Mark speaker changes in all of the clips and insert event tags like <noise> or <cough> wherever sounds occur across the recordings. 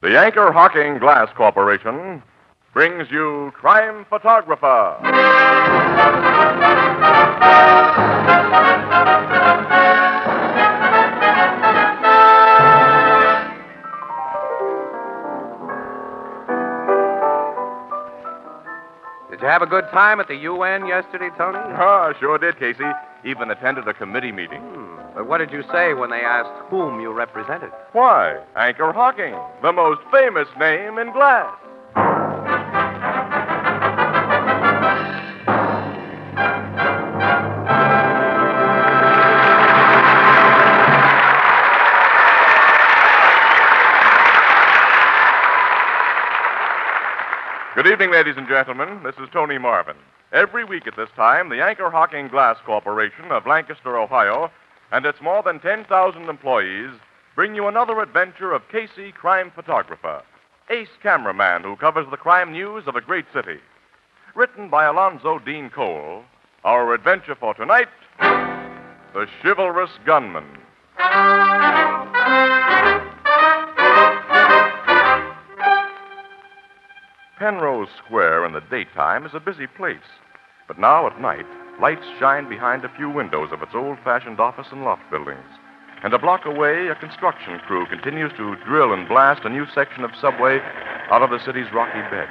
Speaker 1: The Anchor Hawking Glass Corporation brings you Crime Photographer.
Speaker 2: Did you have a good time at the UN yesterday, Tony?
Speaker 1: Ah, sure did, Casey. Even attended a committee meeting.
Speaker 2: Hmm, But what did you say when they asked whom you represented?
Speaker 1: Why, Anchor Hawking, the most famous name in glass. Good evening, ladies and gentlemen. This is Tony Marvin. Every week at this time, the Anchor Hawking Glass Corporation of Lancaster, Ohio, and its more than 10,000 employees bring you another adventure of Casey, crime photographer, ace cameraman who covers the crime news of a great city. Written by Alonzo Dean Cole, our adventure for tonight The Chivalrous Gunman. Penrose Square in the daytime is a busy place, but now at night, lights shine behind a few windows of its old fashioned office and loft buildings. And a block away, a construction crew continues to drill and blast a new section of subway out of the city's rocky bed.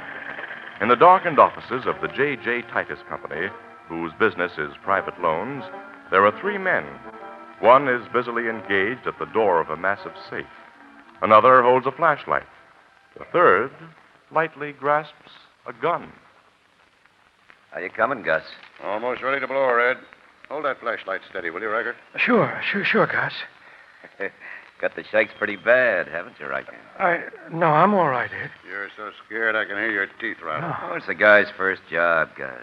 Speaker 1: In the darkened offices of the J.J. Titus Company, whose business is private loans, there are three men. One is busily engaged at the door of a massive safe. Another holds a flashlight. The third lightly grasps a gun.
Speaker 3: Are you coming, Gus?
Speaker 4: Almost ready to blow, Red. Hold that flashlight steady, will you, Riker?
Speaker 5: Sure, sure, sure, Gus.
Speaker 3: Got the shakes pretty bad, haven't you, Riker?
Speaker 5: I no, I'm all right, Ed.
Speaker 4: You're so scared I can hear your teeth rattle.
Speaker 3: Oh, it's a guy's first job, Gus.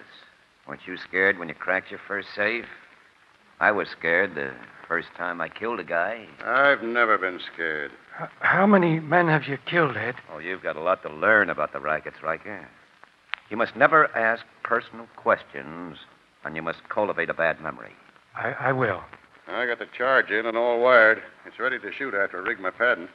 Speaker 3: Weren't you scared when you cracked your first safe? I was scared the first time I killed a guy.
Speaker 4: I've never been scared.
Speaker 5: H- How many men have you killed, Ed?
Speaker 3: Oh, you've got a lot to learn about the rackets, Riker. You must never ask personal questions, and you must cultivate a bad memory.
Speaker 5: I, I will.
Speaker 4: I got the charge in and all wired. It's ready to shoot after I rig my patent.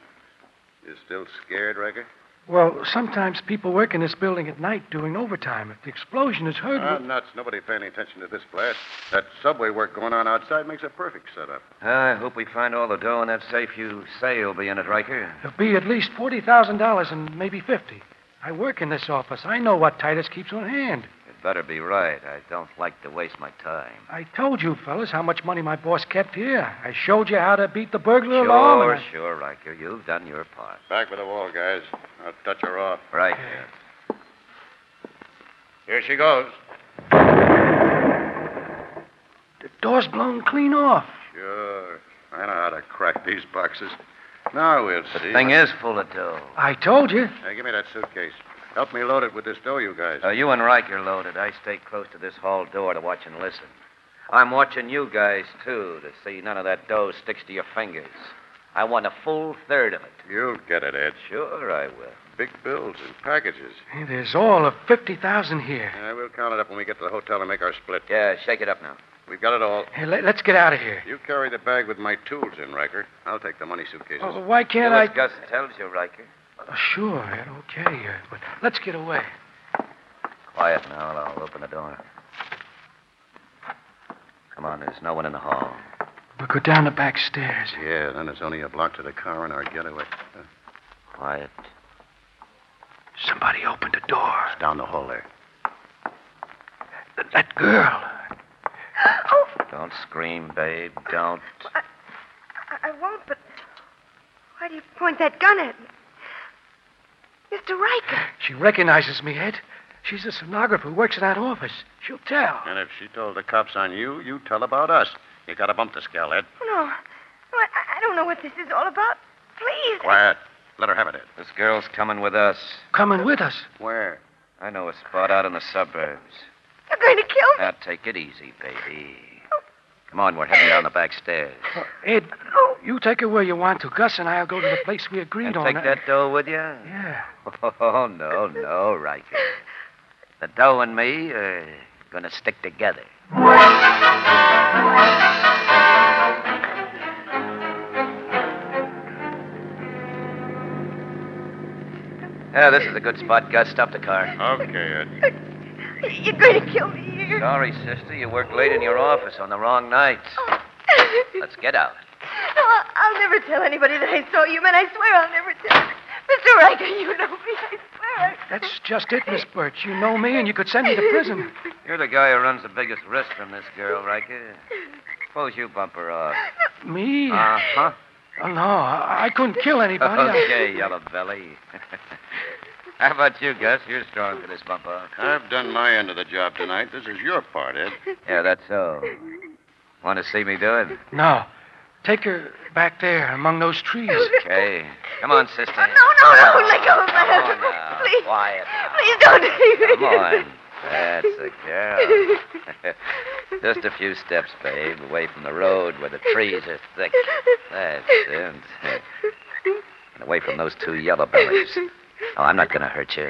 Speaker 4: You still scared, Riker?
Speaker 5: Well, sometimes people work in this building at night doing overtime. If the explosion is heard,
Speaker 4: Ah, nuts. Nobody paying any attention to this blast. That subway work going on outside makes a perfect setup.
Speaker 3: I hope we find all the dough in that safe you say will be in it, Riker.
Speaker 5: there'll be at least forty thousand dollars and maybe fifty. I work in this office. I know what Titus keeps on hand.
Speaker 3: It better be right. I don't like to waste my time.
Speaker 5: I told you fellas how much money my boss kept here. I showed you how to beat the burglar alarm. and
Speaker 3: Sure,
Speaker 5: I-
Speaker 3: sure, Riker. You've done your part.
Speaker 4: Back with the wall, guys. I'll touch her off.
Speaker 3: Right here.
Speaker 4: Here she goes.
Speaker 5: The door's blown clean off.
Speaker 4: Sure. I know how to crack these boxes. Now we'll see.
Speaker 3: Thing is full of dough.
Speaker 5: I told you.
Speaker 4: Hey, give me that suitcase. Help me load it with this dough, you guys.
Speaker 3: Uh, you and Riker loaded. I stay close to this hall door to watch and listen. I'm watching you guys, too, to see none of that dough sticks to your fingers. I want a full third of it.
Speaker 4: You'll get it, Ed.
Speaker 3: Sure, I will.
Speaker 4: Big bills and packages.
Speaker 5: Hey, There's all of fifty thousand here.
Speaker 4: Yeah, we'll count it up when we get to the hotel and make our split.
Speaker 3: Yeah, shake it up now.
Speaker 4: We've got it all.
Speaker 5: Hey, let, let's get out of here.
Speaker 4: You carry the bag with my tools in, Riker. I'll take the money suitcases.
Speaker 5: Oh, why
Speaker 3: Do
Speaker 5: can't
Speaker 3: as
Speaker 5: I?
Speaker 3: Gus tells you, Riker.
Speaker 5: Uh, Sure, Ed, okay. uh, But let's get away.
Speaker 3: Quiet now, and I'll open the door. Come on, there's no one in the hall.
Speaker 5: We'll go down the back stairs.
Speaker 4: Yeah, then it's only a block to the car and our getaway.
Speaker 3: Quiet.
Speaker 5: Somebody opened a door.
Speaker 4: Down the hall there.
Speaker 5: Th- That girl.
Speaker 6: Oh,
Speaker 3: Don't scream, babe. Don't.
Speaker 6: I, I won't, but why do you point that gun at me? Mr. Riker.
Speaker 5: She recognizes me, Ed. She's a stenographer who works in that office. She'll tell.
Speaker 4: And if she told the cops on you, you tell about us. You gotta bump this gal, Ed.
Speaker 6: Oh, No. no I, I don't know what this is all about. Please.
Speaker 4: Quiet. Let her have it, Ed.
Speaker 3: This girl's coming with us.
Speaker 5: Coming with us.
Speaker 4: Where?
Speaker 3: I know a spot out in the suburbs.
Speaker 6: You're going to kill me.
Speaker 3: Now, take it easy, baby. Come on, we're heading down the back stairs.
Speaker 5: Ed,
Speaker 6: Oh,
Speaker 5: you take her where you want to. Gus and I'll go to the place we agreed
Speaker 3: And
Speaker 5: on.
Speaker 3: take that dough with you?
Speaker 5: Yeah.
Speaker 3: <laughs> Oh, no, no, Riker. The dough and me are going to stick together. Yeah, this is a good spot, Gus. Stop the car.
Speaker 4: Okay, Ed.
Speaker 6: You're going to kill me. You're...
Speaker 3: Sorry, sister. You worked late in your office on the wrong night.
Speaker 6: Oh.
Speaker 3: Let's get out.
Speaker 6: I'll, I'll never tell anybody that I saw you, man. I swear I'll never tell. Mr. Riker, you know me. I swear. I...
Speaker 5: That's just it, Miss Birch. You know me, and you could send me to prison.
Speaker 3: You're the guy who runs the biggest risk from this girl, Riker. Suppose you bump her off.
Speaker 5: Me?
Speaker 3: Uh huh.
Speaker 5: Oh, no, I I couldn't kill anybody. I-
Speaker 3: <laughs> Okay, yellow belly. How about you, Gus? You're strong for this bump off.
Speaker 4: I've done my end of the job tonight. This is your part, Ed.
Speaker 3: <laughs> Yeah, that's so. Want to see me do it?
Speaker 5: No. Take her back there among those trees.
Speaker 3: Okay. Come on, sister.
Speaker 6: Oh, no, no, no. Let go of my
Speaker 3: Come
Speaker 6: hand.
Speaker 3: on now.
Speaker 6: Please.
Speaker 3: Quiet now.
Speaker 6: Please don't leave me.
Speaker 3: Come on. That's a girl.
Speaker 6: <laughs>
Speaker 3: Just a few steps, babe, away from the road where the trees are thick. That's it. And away from those two yellow bellies. Oh, I'm not going to hurt you.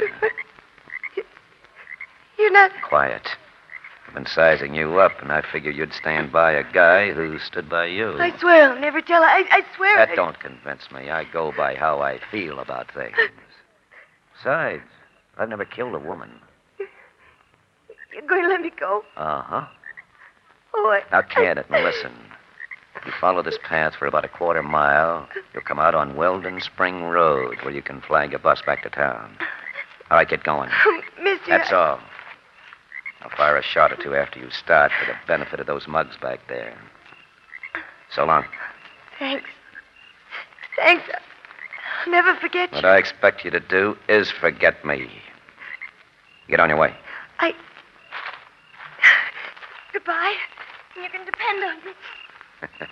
Speaker 6: You're not.
Speaker 3: Quiet. I've been sizing you up, and I figured you'd stand by a guy who stood by you.
Speaker 6: I swear I'll never tell. I, I swear.
Speaker 3: That
Speaker 6: I-
Speaker 3: don't convince me. I go by how I feel about things. Besides, I've never killed a woman.
Speaker 6: You're going to let me go.
Speaker 3: Uh huh.
Speaker 6: Oh, I.
Speaker 3: Now, can it? Now, listen. If you follow this path for about a quarter mile, you'll come out on Weldon Spring Road where you can flag a bus back to town. All right, get going.
Speaker 6: <laughs> Mister.
Speaker 3: That's
Speaker 6: I-
Speaker 3: all. I'll fire a shot or two after you start for the benefit of those mugs back there. So long.
Speaker 6: Thanks. Thanks. I'll never forget
Speaker 3: What
Speaker 6: you.
Speaker 3: I expect you to do is forget me. Get on your way.
Speaker 6: I. Goodbye. You can depend on me.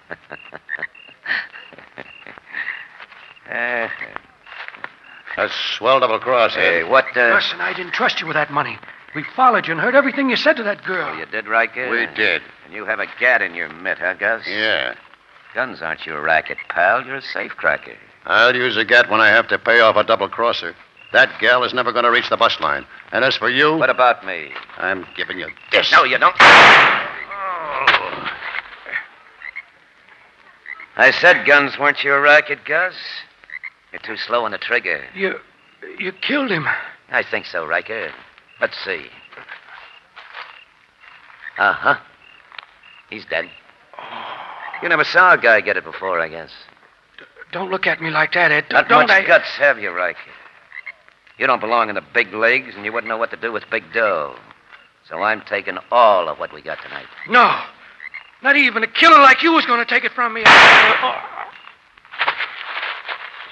Speaker 4: A swell double cross,
Speaker 3: Uh, Hey,
Speaker 4: Ed.
Speaker 3: what uh
Speaker 5: Gus and I didn't trust you with that money. We followed you and heard everything you said to that girl.
Speaker 3: Oh, you did, Riker?
Speaker 4: We did.
Speaker 3: And you have a gat in your mitt, huh, Gus?
Speaker 4: Yeah.
Speaker 3: Guns aren't your racket, pal. You're a safe cracker.
Speaker 4: I'll use a gat when I have to pay off a double crosser. That gal is never going to reach the bus line. And as for you,
Speaker 3: What about me?
Speaker 4: I'm giving
Speaker 3: <laughs>
Speaker 4: you this.
Speaker 3: No, you
Speaker 4: Oh.
Speaker 3: don't. I said guns weren't your racket, Gus. You're too slow on the trigger.
Speaker 5: You, you killed him.
Speaker 3: I think so, Riker. Let's see. Uh huh. He's dead.
Speaker 4: Oh.
Speaker 3: You never saw a guy get it before, I guess.
Speaker 5: Don't look at me like that, Ed.
Speaker 3: Not
Speaker 5: don't
Speaker 3: much
Speaker 5: I...
Speaker 3: guts have you, Riker. You don't belong in the big leagues, and you wouldn't know what to do with big dough. So I'm taking all of what we got tonight.
Speaker 5: No. Not even a killer like you was going to take it from me. Oh,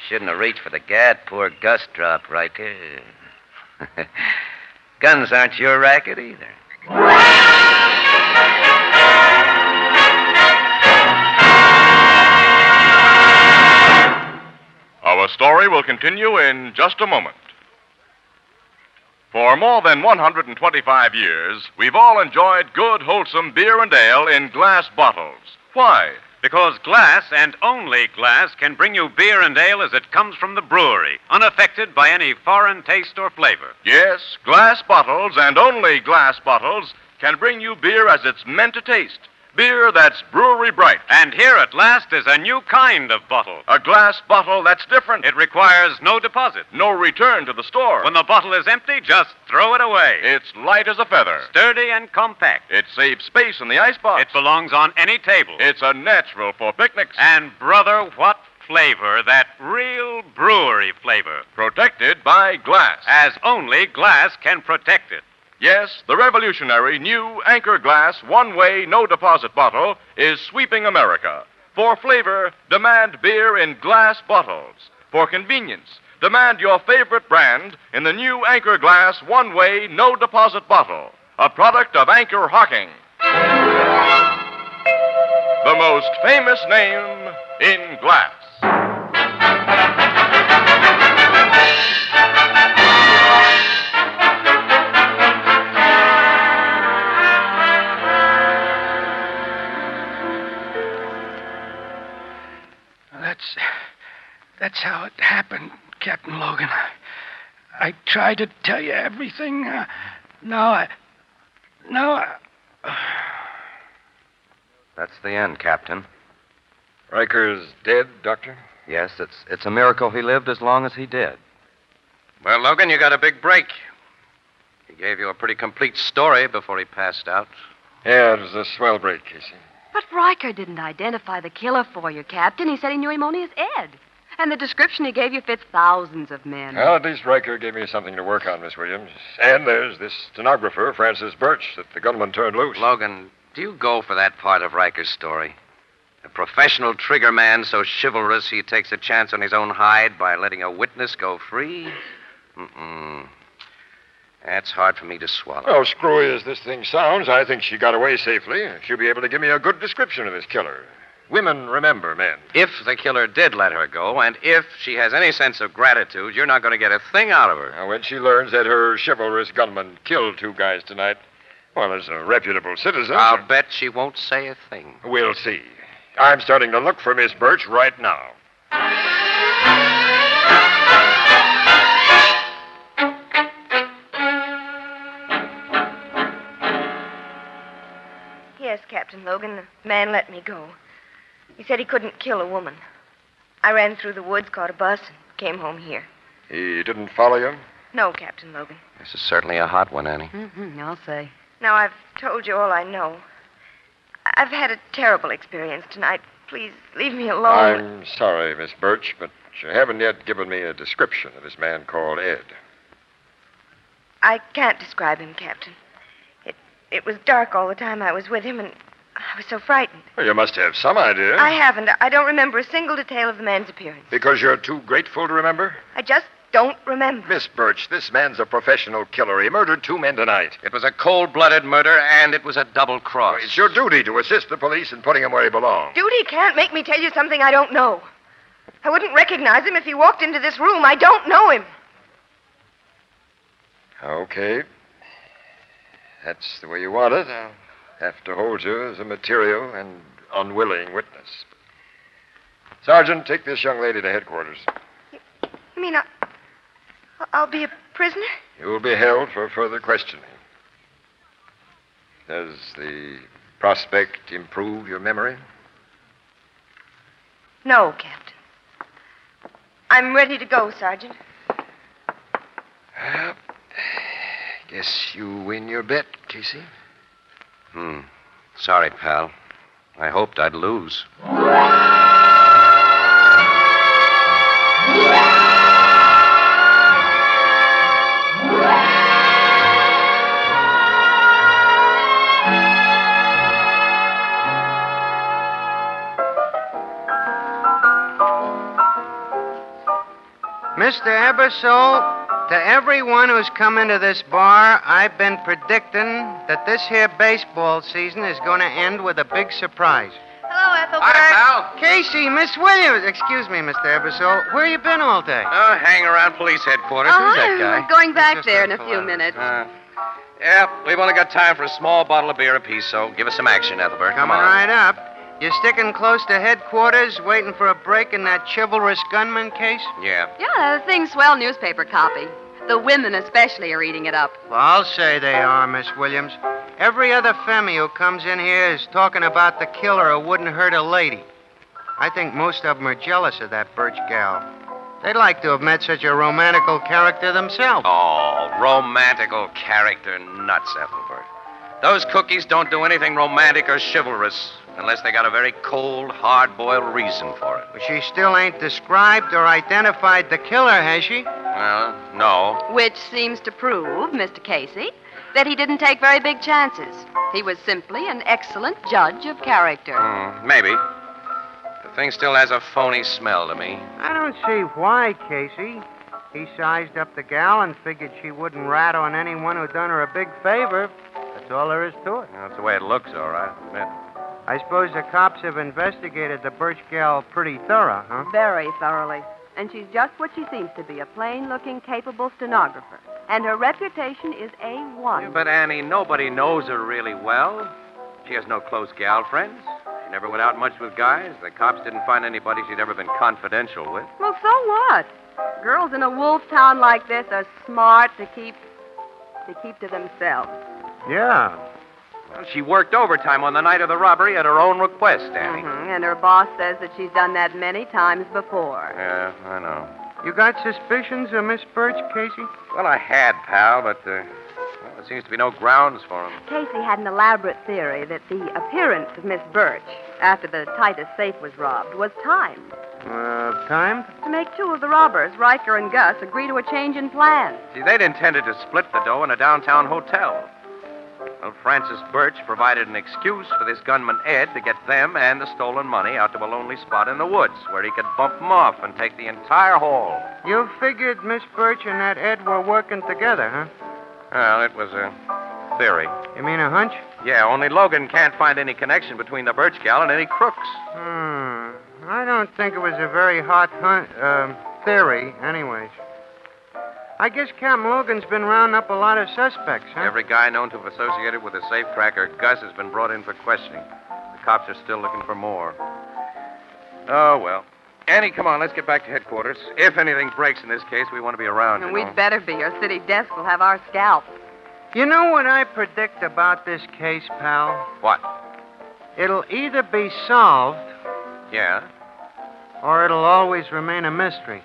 Speaker 3: Shouldn't have reached for the gat. Poor Gus dropped, Riker. <laughs> Guns aren't your racket either.
Speaker 1: Our story will continue in just a moment. For more than 125 years, we've all enjoyed good, wholesome beer and ale in glass bottles. Why?
Speaker 7: Because glass and only glass can bring you beer and ale as it comes from the brewery, unaffected by any foreign taste or flavor.
Speaker 1: Yes, glass bottles and only glass bottles can bring you beer as it's meant to taste. Beer that's brewery bright.
Speaker 7: And here at last is a new kind of bottle.
Speaker 1: A glass bottle that's different.
Speaker 7: It requires no deposit.
Speaker 1: No return to the store.
Speaker 7: When the bottle is empty, just throw it away.
Speaker 1: It's light as a feather.
Speaker 7: Sturdy and compact.
Speaker 1: It saves space in the icebox.
Speaker 7: It belongs on any table.
Speaker 1: It's a natural for picnics.
Speaker 7: And, brother, what flavor? That real brewery flavor.
Speaker 1: protected by glass.
Speaker 7: As only glass can protect it.
Speaker 1: Yes, the revolutionary new Anchor Glass one way, no deposit bottle is sweeping America. For flavor, demand beer in glass bottles. For convenience, demand your favorite brand in the new Anchor Glass one way, no deposit bottle, a product of Anchor Hocking. The most famous name in glass.
Speaker 5: That's that's how it happened, Captain Logan. I tried to tell you everything. Uh, now I now I,
Speaker 3: That's the end, Captain.
Speaker 8: Riker's dead, Doctor?
Speaker 3: Yes, it's it's a miracle he lived as long as he did.
Speaker 2: Well, Logan, you got a big break. He gave you a pretty complete story before he passed out.
Speaker 8: Yeah, it was a swell break, Casey.
Speaker 9: But Riker didn't identify the killer for you, Captain. He said he knew him only as Ed. And the description he gave you fits thousands of men.
Speaker 8: Well, at least Riker gave me something to work on, Miss Williams. And there's this stenographer, Francis Birch, that the gunman turned loose.
Speaker 2: Logan, do you go for that part of Riker's story? A professional trigger man so chivalrous he takes a chance on his own hide by letting a witness go free? Mm-mm. That's hard for me to swallow.
Speaker 8: Well, Oh, screwy as this thing sounds, I think she got away safely. She'll be able to give me a good description of this killer. Women remember men.
Speaker 2: If the killer did let her go, and if she has any sense of gratitude, you're not going to get a thing out of her.
Speaker 8: Now, when she learns that her chivalrous gunman killed two guys tonight, well, as a reputable citizen.
Speaker 2: I'll bet she won't say a thing.
Speaker 8: We'll see. I'm starting to look for Miss Birch right now.
Speaker 6: Yes, Captain Logan, the man let me go. He said he couldn't kill a woman. I ran through the woods, caught a bus, and came home here.
Speaker 8: He didn't follow you?
Speaker 6: No, Captain Logan.
Speaker 2: This is certainly a hot one, Annie.
Speaker 9: Mm-hmm, I'll say.
Speaker 6: Now, I've told you all I know. I- I've had a terrible experience tonight. Please leave me alone.
Speaker 8: I'm sorry, Miss Birch, but you haven't yet given me a description of this man called Ed.
Speaker 6: I can't describe him, Captain. It, it was dark all the time I was with him, and I was so frightened.
Speaker 8: Well, you must have some idea.
Speaker 6: I haven't. I don't remember a single detail of the man's appearance.
Speaker 8: Because you're too grateful to remember?
Speaker 6: I just don't remember.
Speaker 8: Miss Birch, this man's a professional killer. He murdered two men tonight.
Speaker 2: It was a cold blooded murder, and it was a double cross.
Speaker 8: It's your duty to assist the police in putting him where he belongs.
Speaker 6: Duty can't make me tell you something I don't know. I wouldn't recognize him if he walked into this room. I don't know him.
Speaker 8: Okay. That's the way you want it. I'll have to hold you as a material and unwilling witness. Sergeant, take this young lady to headquarters.
Speaker 6: You mean I, I'll be a prisoner?
Speaker 8: You will be held for further questioning. Does the prospect improve your memory?
Speaker 6: No, Captain. I'm ready to go, Sergeant.
Speaker 8: Well, Uh, guess you win your bet, Casey.
Speaker 2: Hmm. Sorry, pal. I hoped I'd lose.
Speaker 10: Mr. Ebersole, to everyone who's come into this bar, I've been predicting that this here baseball season is going to end with a big surprise.
Speaker 6: Hello, Ethelbert.
Speaker 2: Hi, pal.
Speaker 10: Casey, Miss Williams, excuse me, Mr. Ebersole, where you been all day?
Speaker 2: Oh, hang around police headquarters.
Speaker 9: Oh,
Speaker 2: Who's that guy?
Speaker 9: We're going back
Speaker 10: Just
Speaker 9: there in a
Speaker 10: collateral.
Speaker 9: few minutes.
Speaker 2: Uh, yeah, we've only got time for a small bottle of beer apiece, so give us some action, Ethelbert. Come
Speaker 10: Coming
Speaker 2: on.
Speaker 10: right up. You're sticking close to headquarters, waiting for a break in that chivalrous gunman case?
Speaker 2: Yeah.
Speaker 9: yeah, the thing's swell newspaper copy. The women especially are eating it up.
Speaker 10: Well, I'll say they are, Miss Williams. Every other femmy who comes in here is talking about the killer who wouldn't hurt a lady. I think most of them are jealous of that Birch gal. They'd like to have met such a romantical character themselves.
Speaker 2: Oh, romantical character nuts, Ethelbert. Those cookies don't do anything romantic or chivalrous unless they got a very cold, hard boiled reason for it.
Speaker 10: But she still ain't described or identified the killer, has she?
Speaker 2: Well, no.
Speaker 9: Which seems to prove, Mr. Casey, that he didn't take very big chances. He was simply an excellent judge of character.
Speaker 2: Hmm, maybe. The thing still has a phony smell to me.
Speaker 10: I don't see why, Casey. He sized up the gal and figured she wouldn't rat on anyone who done her a big favor. That's all there is to it.
Speaker 2: That's the way it looks, all right. Admit.
Speaker 10: I suppose the cops have investigated the Birch gal pretty thorough, huh?
Speaker 9: Very thoroughly. And she's just what she seems to be a plain looking, capable stenographer. And her reputation is A1.
Speaker 2: But, Annie, nobody knows her really well. She has no close gal friends. She never went out much with guys. The cops didn't find anybody she'd ever been confidential with.
Speaker 9: Well, so what? Girls in a wolf town like this are smart to keep to keep to themselves.
Speaker 10: Yeah.
Speaker 2: Well, she worked overtime on the night of the robbery at her own
Speaker 10: Mm-hmm.
Speaker 9: Mm-hmm.
Speaker 2: request, Annie.
Speaker 9: Mhm, And her boss says that she's done that many times before.
Speaker 2: Yeah, I know.
Speaker 10: You got suspicions of Miss Birch, Casey?
Speaker 2: Well, I had, pal, but uh, well, there seems to be no grounds for them.
Speaker 9: Casey had an elaborate theory that the appearance of Miss Birch after the Titus safe was robbed was timed
Speaker 10: Uh, timed?
Speaker 9: to make two of the robbers, Riker and Gus, agree to a change in plan.
Speaker 2: See, they'd intended to split the dough in a downtown hotel. Well, Francis Birch provided an excuse for this gunman Ed to get them and the stolen money out to a lonely spot in the woods where he could bump them off and take the entire haul.
Speaker 10: You figured Miss Birch and that Ed were working together, huh?
Speaker 2: Well, it was a theory.
Speaker 10: You mean a hunch?
Speaker 2: Yeah, only Logan can't find any connection between the Birch gal and any crooks.
Speaker 10: Hmm. I don't think it was a very hot hunt, um, theory, anyways. I guess Captain Logan's been rounding up a lot of suspects, huh?
Speaker 2: Every guy known to have associated with the safecracker, Gus, has been brought in for questioning. The cops are still looking for more. Oh, well. Annie, come on, let's get back to headquarters. If anything breaks in this case, we want to be around.
Speaker 9: And
Speaker 2: you know.
Speaker 9: we'd better be, or city desk will have our scalp.
Speaker 10: You know what I predict about this case, pal?
Speaker 2: What?
Speaker 10: It'll either be solved
Speaker 2: Yeah?
Speaker 10: or it'll always remain a mystery.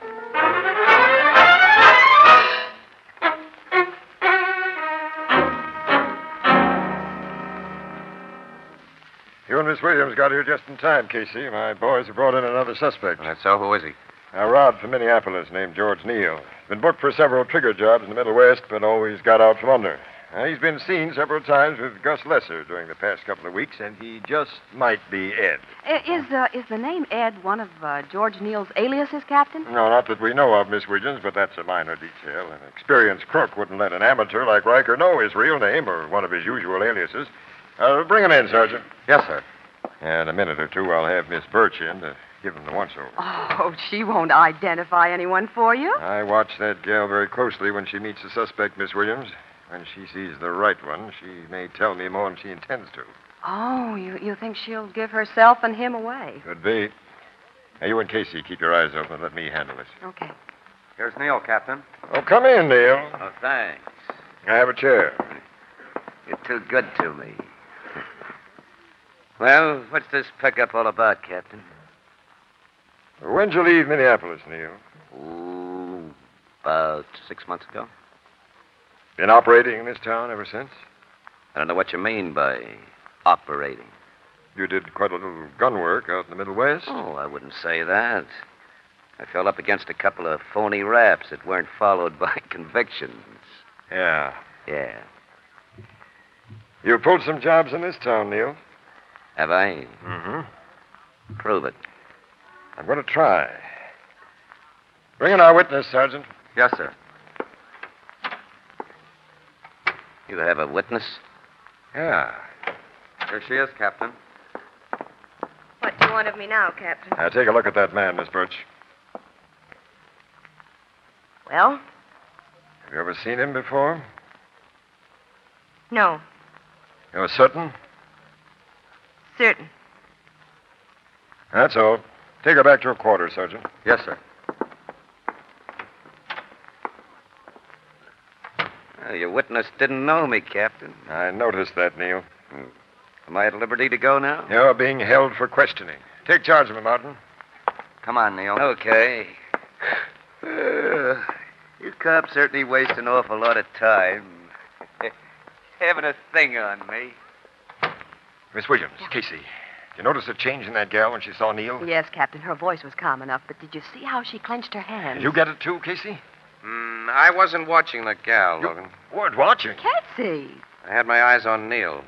Speaker 8: You and Miss Williams got here just in time, Casey. My boys have brought in another suspect.
Speaker 2: so who is he?
Speaker 8: A rod from Minneapolis named George Neal. Been booked for several trigger jobs in the Middle West, but always got out from under. Uh, he's been seen several times with Gus Lesser during the past couple of weeks, and he just might be Ed.
Speaker 9: I- Is, uh, is the name Ed one of uh, George Neal's aliases, Captain?
Speaker 8: No, not that we know of, Miss Williams, but that's a minor detail. An experienced crook wouldn't let an amateur like Riker know his real name or one of his usual aliases. Uh, bring him in, Sergeant. Yes, sir. In a minute or two, I'll have Miss Birch in to give him the once over.
Speaker 9: Oh, she won't identify anyone for you.
Speaker 8: I watch that gal very closely when she meets a suspect, Miss Williams. When she sees the right one, she may tell me more than she intends to.
Speaker 9: Oh, you, you think she'll give herself and him away?
Speaker 8: Could be. Now, you and Casey, keep your eyes open. Let me handle this.
Speaker 9: Okay.
Speaker 2: Here's Neil, Captain.
Speaker 8: Oh, come in, Neil.
Speaker 3: Oh, thanks.
Speaker 8: I have a chair.
Speaker 3: You're too good to me. <laughs> well, what's this pickup all about, Captain?
Speaker 8: When'd you leave Minneapolis, Neil?
Speaker 3: Ooh, about six months ago.
Speaker 8: Been operating in this town ever since?
Speaker 3: I don't know what you mean by operating.
Speaker 8: You did quite a little gun work out in the Middle West.
Speaker 3: Oh, I wouldn't say that. I fell up against a couple of phony raps that weren't followed <laughs> by convictions.
Speaker 8: Yeah.
Speaker 3: Yeah.
Speaker 8: You pulled some jobs in this town, Neil.
Speaker 3: Have I?
Speaker 8: Mm-hmm.
Speaker 3: Prove it.
Speaker 8: I'm going to try. Bring in our witness, Sergeant.
Speaker 2: Yes, sir.
Speaker 3: You have a witness?
Speaker 8: Yeah.
Speaker 2: Here she is, Captain.
Speaker 6: What do you want of me now, Captain?
Speaker 8: Now, take a look at that man, Miss Birch.
Speaker 6: Well,
Speaker 8: Have you ever seen him before?
Speaker 6: no,
Speaker 8: You're certain?
Speaker 6: certain.
Speaker 8: That's all. Take her back to her quarters, Sergeant.
Speaker 2: Yes, sir.
Speaker 3: Oh, your witness didn't know me, Captain.
Speaker 8: I noticed that, Neil.
Speaker 3: Am I at liberty to go now?
Speaker 8: You're being held for questioning. Take charge of him, Martin.
Speaker 2: Come on, Neil.
Speaker 3: Okay. Uh, <sighs> you cops certainly waste an awful lot of time. Having a thing on me.
Speaker 8: Miss Williams, Casey. You notice a change in that gal when she saw Neil?
Speaker 9: Yes, Captain, her voice was calm enough, but did you see how she clenched her hands?
Speaker 8: You get it too, Casey?
Speaker 2: Mm, I wasn't watching the gal, Logan.
Speaker 8: Word watching.
Speaker 9: Casey!
Speaker 2: I had my eyes on Neil.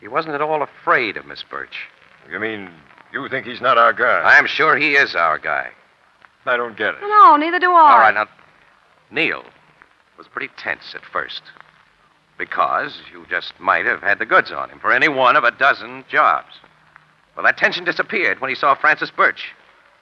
Speaker 2: He wasn't at all afraid of Miss Birch.
Speaker 8: You mean you think he's not our guy?
Speaker 2: I'm sure he is our guy.
Speaker 8: I don't get it.
Speaker 9: No, neither do I.
Speaker 2: All right, now, Neil was pretty tense at first because you just might have had the goods on him for any one of a dozen jobs. Well, that tension disappeared when he saw Francis Birch.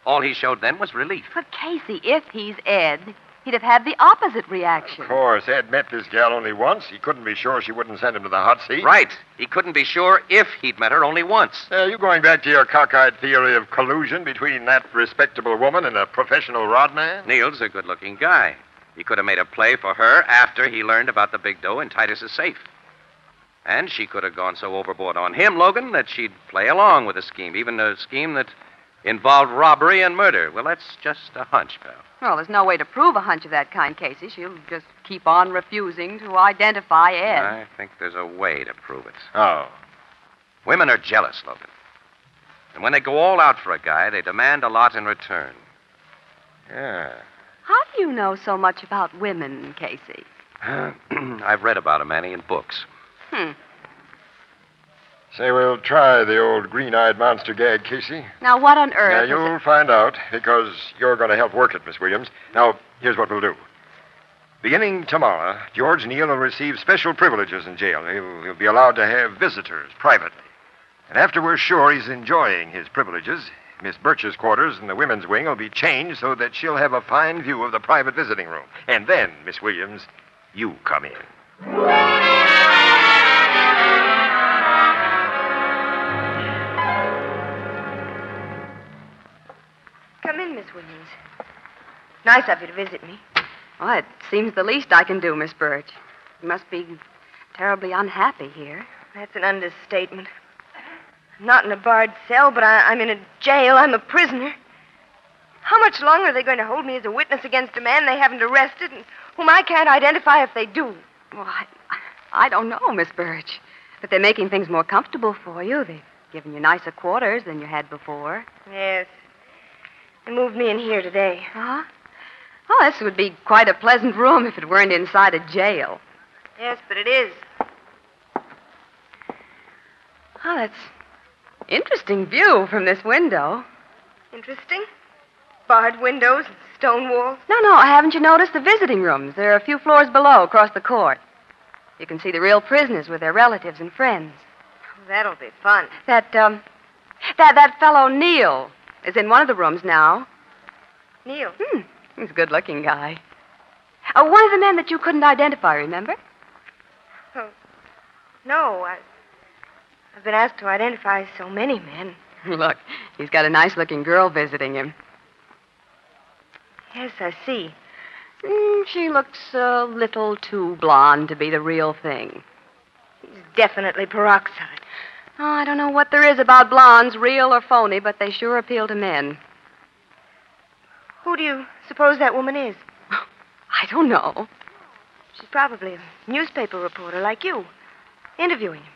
Speaker 2: All he showed then was relief.
Speaker 9: But Casey, if he's Ed, he'd have had the opposite reaction.
Speaker 8: Of course, Ed met this gal only once. He couldn't be sure she wouldn't send him to the hot seat.
Speaker 2: Right. He couldn't be sure if he'd met her only once.
Speaker 8: Are you going back to your cockeyed theory of collusion between that respectable woman and a professional rod man?
Speaker 2: Neil's a good looking guy. He could have made a play for her after he learned about the big dough in Titus's safe. And she could have gone so overboard on him, Logan, that she'd play along with the scheme, even a scheme that Involved robbery and murder. Well, that's just a hunch, pal.
Speaker 9: Well, there's no way to prove a hunch of that kind, Casey. She'll just keep on refusing to identify Ed.
Speaker 2: I think there's a way to prove it.
Speaker 8: Oh.
Speaker 2: Women are jealous, Logan. And when they go all out for a guy, they demand a lot in return. Yeah. <clears throat>
Speaker 9: How do you know so much about women, Casey?
Speaker 2: I've read about 'em, Annie, in books.
Speaker 9: Hmm.
Speaker 8: Say, we'll try the old green eyed monster gag, Casey.
Speaker 9: Now, what on
Speaker 8: Now,
Speaker 9: earth? is
Speaker 8: you'll find out because you're going to help work it, Miss Williams. Now, here's what we'll do. Beginning tomorrow, George Neal will receive special privileges in jail. He'll, he'll be allowed to have visitors privately. And after we're sure he's enjoying his privileges, Miss Birch's quarters in the women's wing will be changed so that she'll have a fine view of the private visiting room. And then, Miss Williams, you come in.
Speaker 6: Come in, Miss Williams. Nice of you to visit me.
Speaker 9: Well, Oh, it seems the least I can do, Miss Birch. You must be terribly unhappy here.
Speaker 6: That's an understatement. I'm not in a barred cell, but I, I'm in a jail. I'm a prisoner. How much longer are they going to hold me as a witness against a man they haven't arrested and whom I can't identify if they do?
Speaker 9: Well, I, I don't know, Miss Birch. But they're making things more comfortable for you. They've given you nicer quarters than you had before.
Speaker 6: Yes. They moved me in here today.
Speaker 9: Huh? Uh-huh. Oh, this would be quite a pleasant room if it weren't inside a jail.
Speaker 6: Yes, but it is.
Speaker 9: Oh, that's interesting view from this window.
Speaker 6: Interesting. Barred windows and stone walls.
Speaker 9: No, no, haven't you noticed the visiting rooms? There are a few floors below across the court. You can see the real prisoners with their relatives and friends.
Speaker 6: Oh, That'll be fun.
Speaker 9: That, um, that, that fellow Neil is in one of the rooms now.
Speaker 6: Neil.
Speaker 9: Hmm, he's a good looking guy. Uh, one of the men that you couldn't identify, remember?
Speaker 6: Oh. No, I, I've been asked to identify so many men.
Speaker 9: <laughs> Look, he's got a nice looking girl visiting him.
Speaker 6: Yes, I see.
Speaker 9: Mm, she looks a little too blonde to be the real thing.
Speaker 6: He's definitely peroxide.
Speaker 9: Oh, I don't know what there is about blondes, real or phony, but they sure appeal to men.
Speaker 6: Who do you suppose that woman is?
Speaker 9: <laughs> I don't know.
Speaker 6: She's probably a newspaper reporter like you, interviewing him.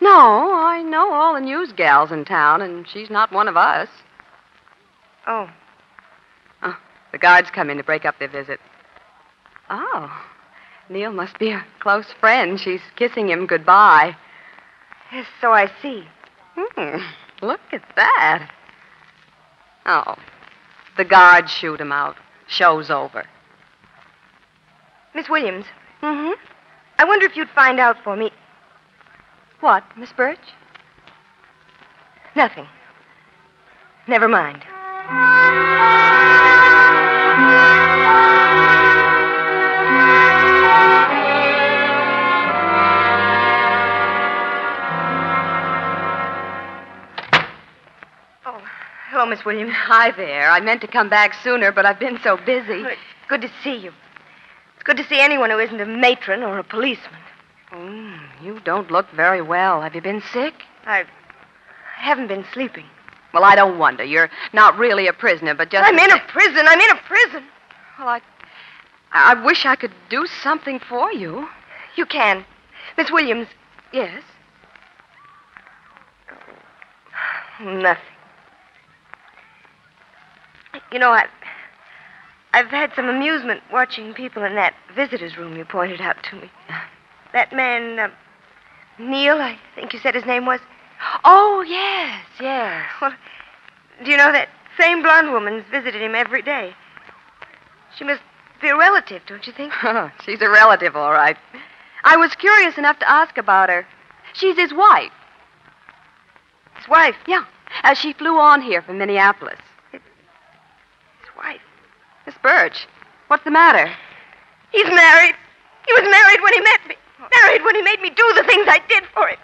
Speaker 9: No, I know all the news gals in town, and she's not one of us.
Speaker 6: Oh.
Speaker 9: Oh, the guards come in to break up their visit. Oh, Neil must be a close friend. She's kissing him goodbye.
Speaker 6: Yes, so I see.
Speaker 9: Hmm, look at that. Oh, the guards shoot him out. Show's over.
Speaker 6: Miss Williams,
Speaker 9: Mm-hmm.
Speaker 6: I wonder if you'd find out for me.
Speaker 9: What, Miss Birch?
Speaker 6: Nothing. Never mind. Oh, hello, Miss Williams.
Speaker 9: Hi there. I meant to come back sooner, but I've been so busy.
Speaker 6: Good. Good to see you. It's good to see anyone who isn't a matron or a policeman.
Speaker 9: Mm, you don't look very well. Have you been sick?
Speaker 6: I haven't been sleeping.
Speaker 9: Well, I don't wonder. You're not really a prisoner, but just.
Speaker 6: I'm in a prison. I'm in a prison.
Speaker 9: Well, I. I wish I could do something for you.
Speaker 6: You can. Miss Williams,
Speaker 9: Yes.
Speaker 6: nothing. You know, I've, I've had some amusement watching people in that visitor's room you pointed out to me. That man, uh, Neil, I think you said his name was.
Speaker 9: Oh, yes, yes.
Speaker 6: Well, do you know that same blonde woman's visited him every day? She must be a relative, don't you think?
Speaker 9: <laughs> She's a relative, all right. I was curious enough to ask about her. She's his wife.
Speaker 6: His wife.
Speaker 9: Yeah. Uh, she flew on here from Minneapolis.
Speaker 6: His wife.
Speaker 9: Miss Birch, what's the matter?
Speaker 6: He's married. He was married when he met me. Married when he made me do the things I did for him.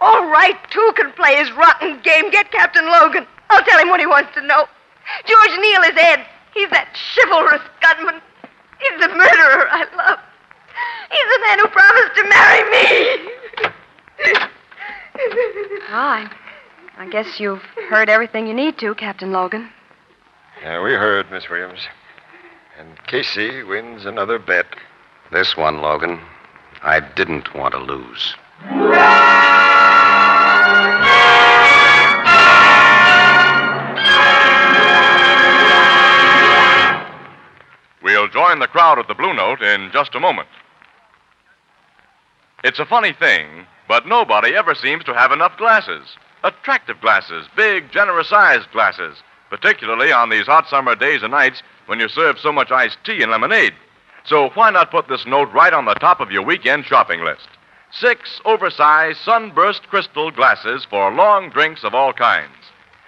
Speaker 6: All right, two can play his rotten game. Get Captain Logan. I'll tell him what he wants to know. George Neal is Ed. He's that chivalrous gunman. He's the murderer I love. He's the man who promised to marry me. <laughs>
Speaker 9: I, I guess you've heard everything you need to, Captain Logan.
Speaker 8: Yeah, we heard, Miss Williams. And Casey wins another bet.
Speaker 2: This one, Logan, I didn't want to lose.
Speaker 1: We'll join the crowd at the Blue Note in just a moment. It's a funny thing, but nobody ever seems to have enough glasses. Attractive glasses, big, generous sized glasses, particularly on these hot summer days and nights when you serve so much iced tea and lemonade. So why not put this note right on the top of your weekend shopping list? Six oversized sunburst crystal glasses for long drinks of all kinds.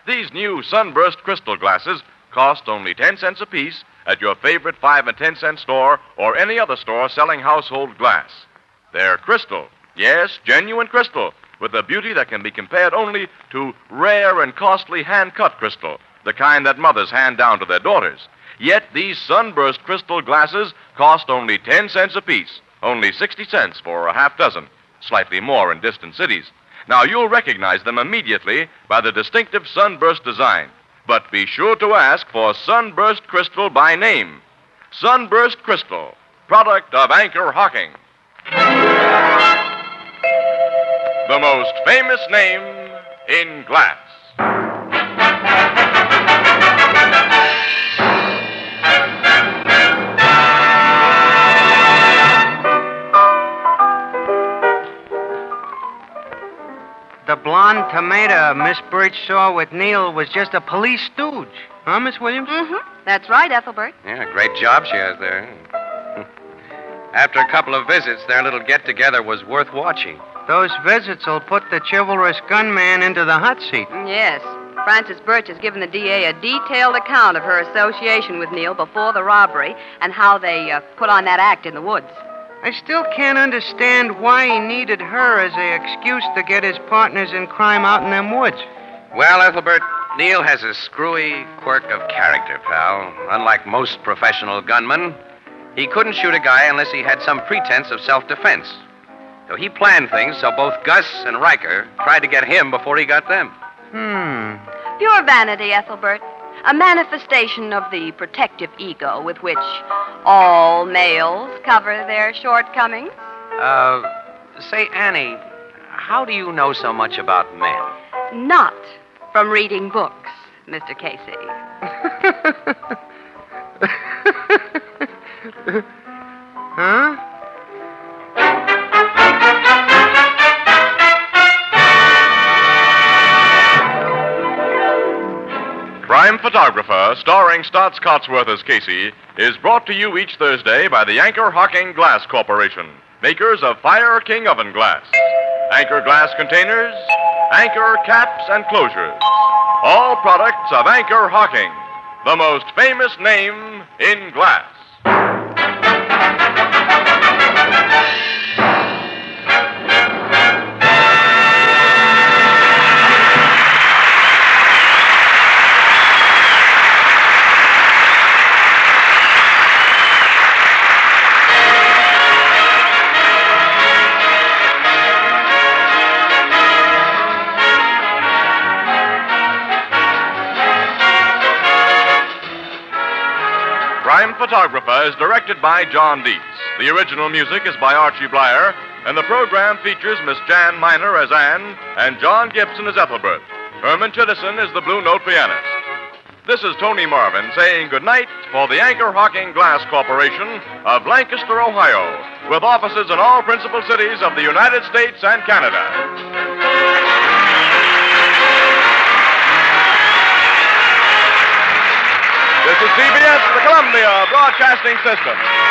Speaker 1: These new sunburst crystal glasses cost only 10 cents apiece at your favorite 5 and 10 cent store or any other store selling household glass. They're crystal. Yes, genuine crystal, with a beauty that can be compared only to rare and costly hand cut crystal, the kind that mothers hand down to their daughters. Yet these sunburst crystal glasses cost only 10 cents apiece, only 60 cents for a half dozen, slightly more in distant cities. Now, you'll recognize them immediately by the distinctive sunburst design, but be sure to ask for sunburst crystal by name. Sunburst crystal, product of Anchor Hocking. The most famous name in glass.
Speaker 10: The blonde tomato Miss Birch saw with Neil was just a police stooge. Huh, Miss Williams?
Speaker 9: Mm-hmm. That's right, Ethelbert.
Speaker 2: Yeah, great job she has there. <laughs> After a couple of visits, their little get together was worth watching.
Speaker 10: Those visits will put the chivalrous gunman into the hot seat.
Speaker 9: Yes. Frances Birch has given the DA a detailed account of her association with Neil before the robbery and how they uh, put on that act in the woods.
Speaker 10: I still can't understand why he needed her as an excuse to get his partners in crime out in them woods.
Speaker 2: Well, Ethelbert, Neil has a screwy quirk of character, pal. Unlike most professional gunmen, he couldn't shoot a guy unless he had some pretense of self defense. So he planned things so both Gus and Riker tried to get him before he got them.
Speaker 10: Hmm.
Speaker 9: Pure vanity, Ethelbert. A manifestation of the protective ego with which all males cover their shortcomings.
Speaker 2: Uh, say, Annie, how do you know so much about men?
Speaker 9: Not from reading books, Mr. <laughs> Casey.
Speaker 10: Huh?
Speaker 1: Crime Photographer, starring Stotts Cotsworth as Casey, is brought to you each Thursday by the Anchor Hocking Glass Corporation, makers of Fire King Oven Glass, Anchor Glass Containers, Anchor Caps and Closures. All products of Anchor Hocking, the most famous name in glass. Crime Photographer is directed by John Dietz. The original music is by Archie Blyer, and the program features Miss Jan Miner as Anne and John Gibson as Ethelbert. Herman Chittison is the Blue Note pianist. This is Tony Marvin saying goodnight for the Anchor Hocking Glass Corporation of Lancaster, Ohio, with offices in all principal cities of the United States and Canada. This is CBS, the Columbia Broadcasting System.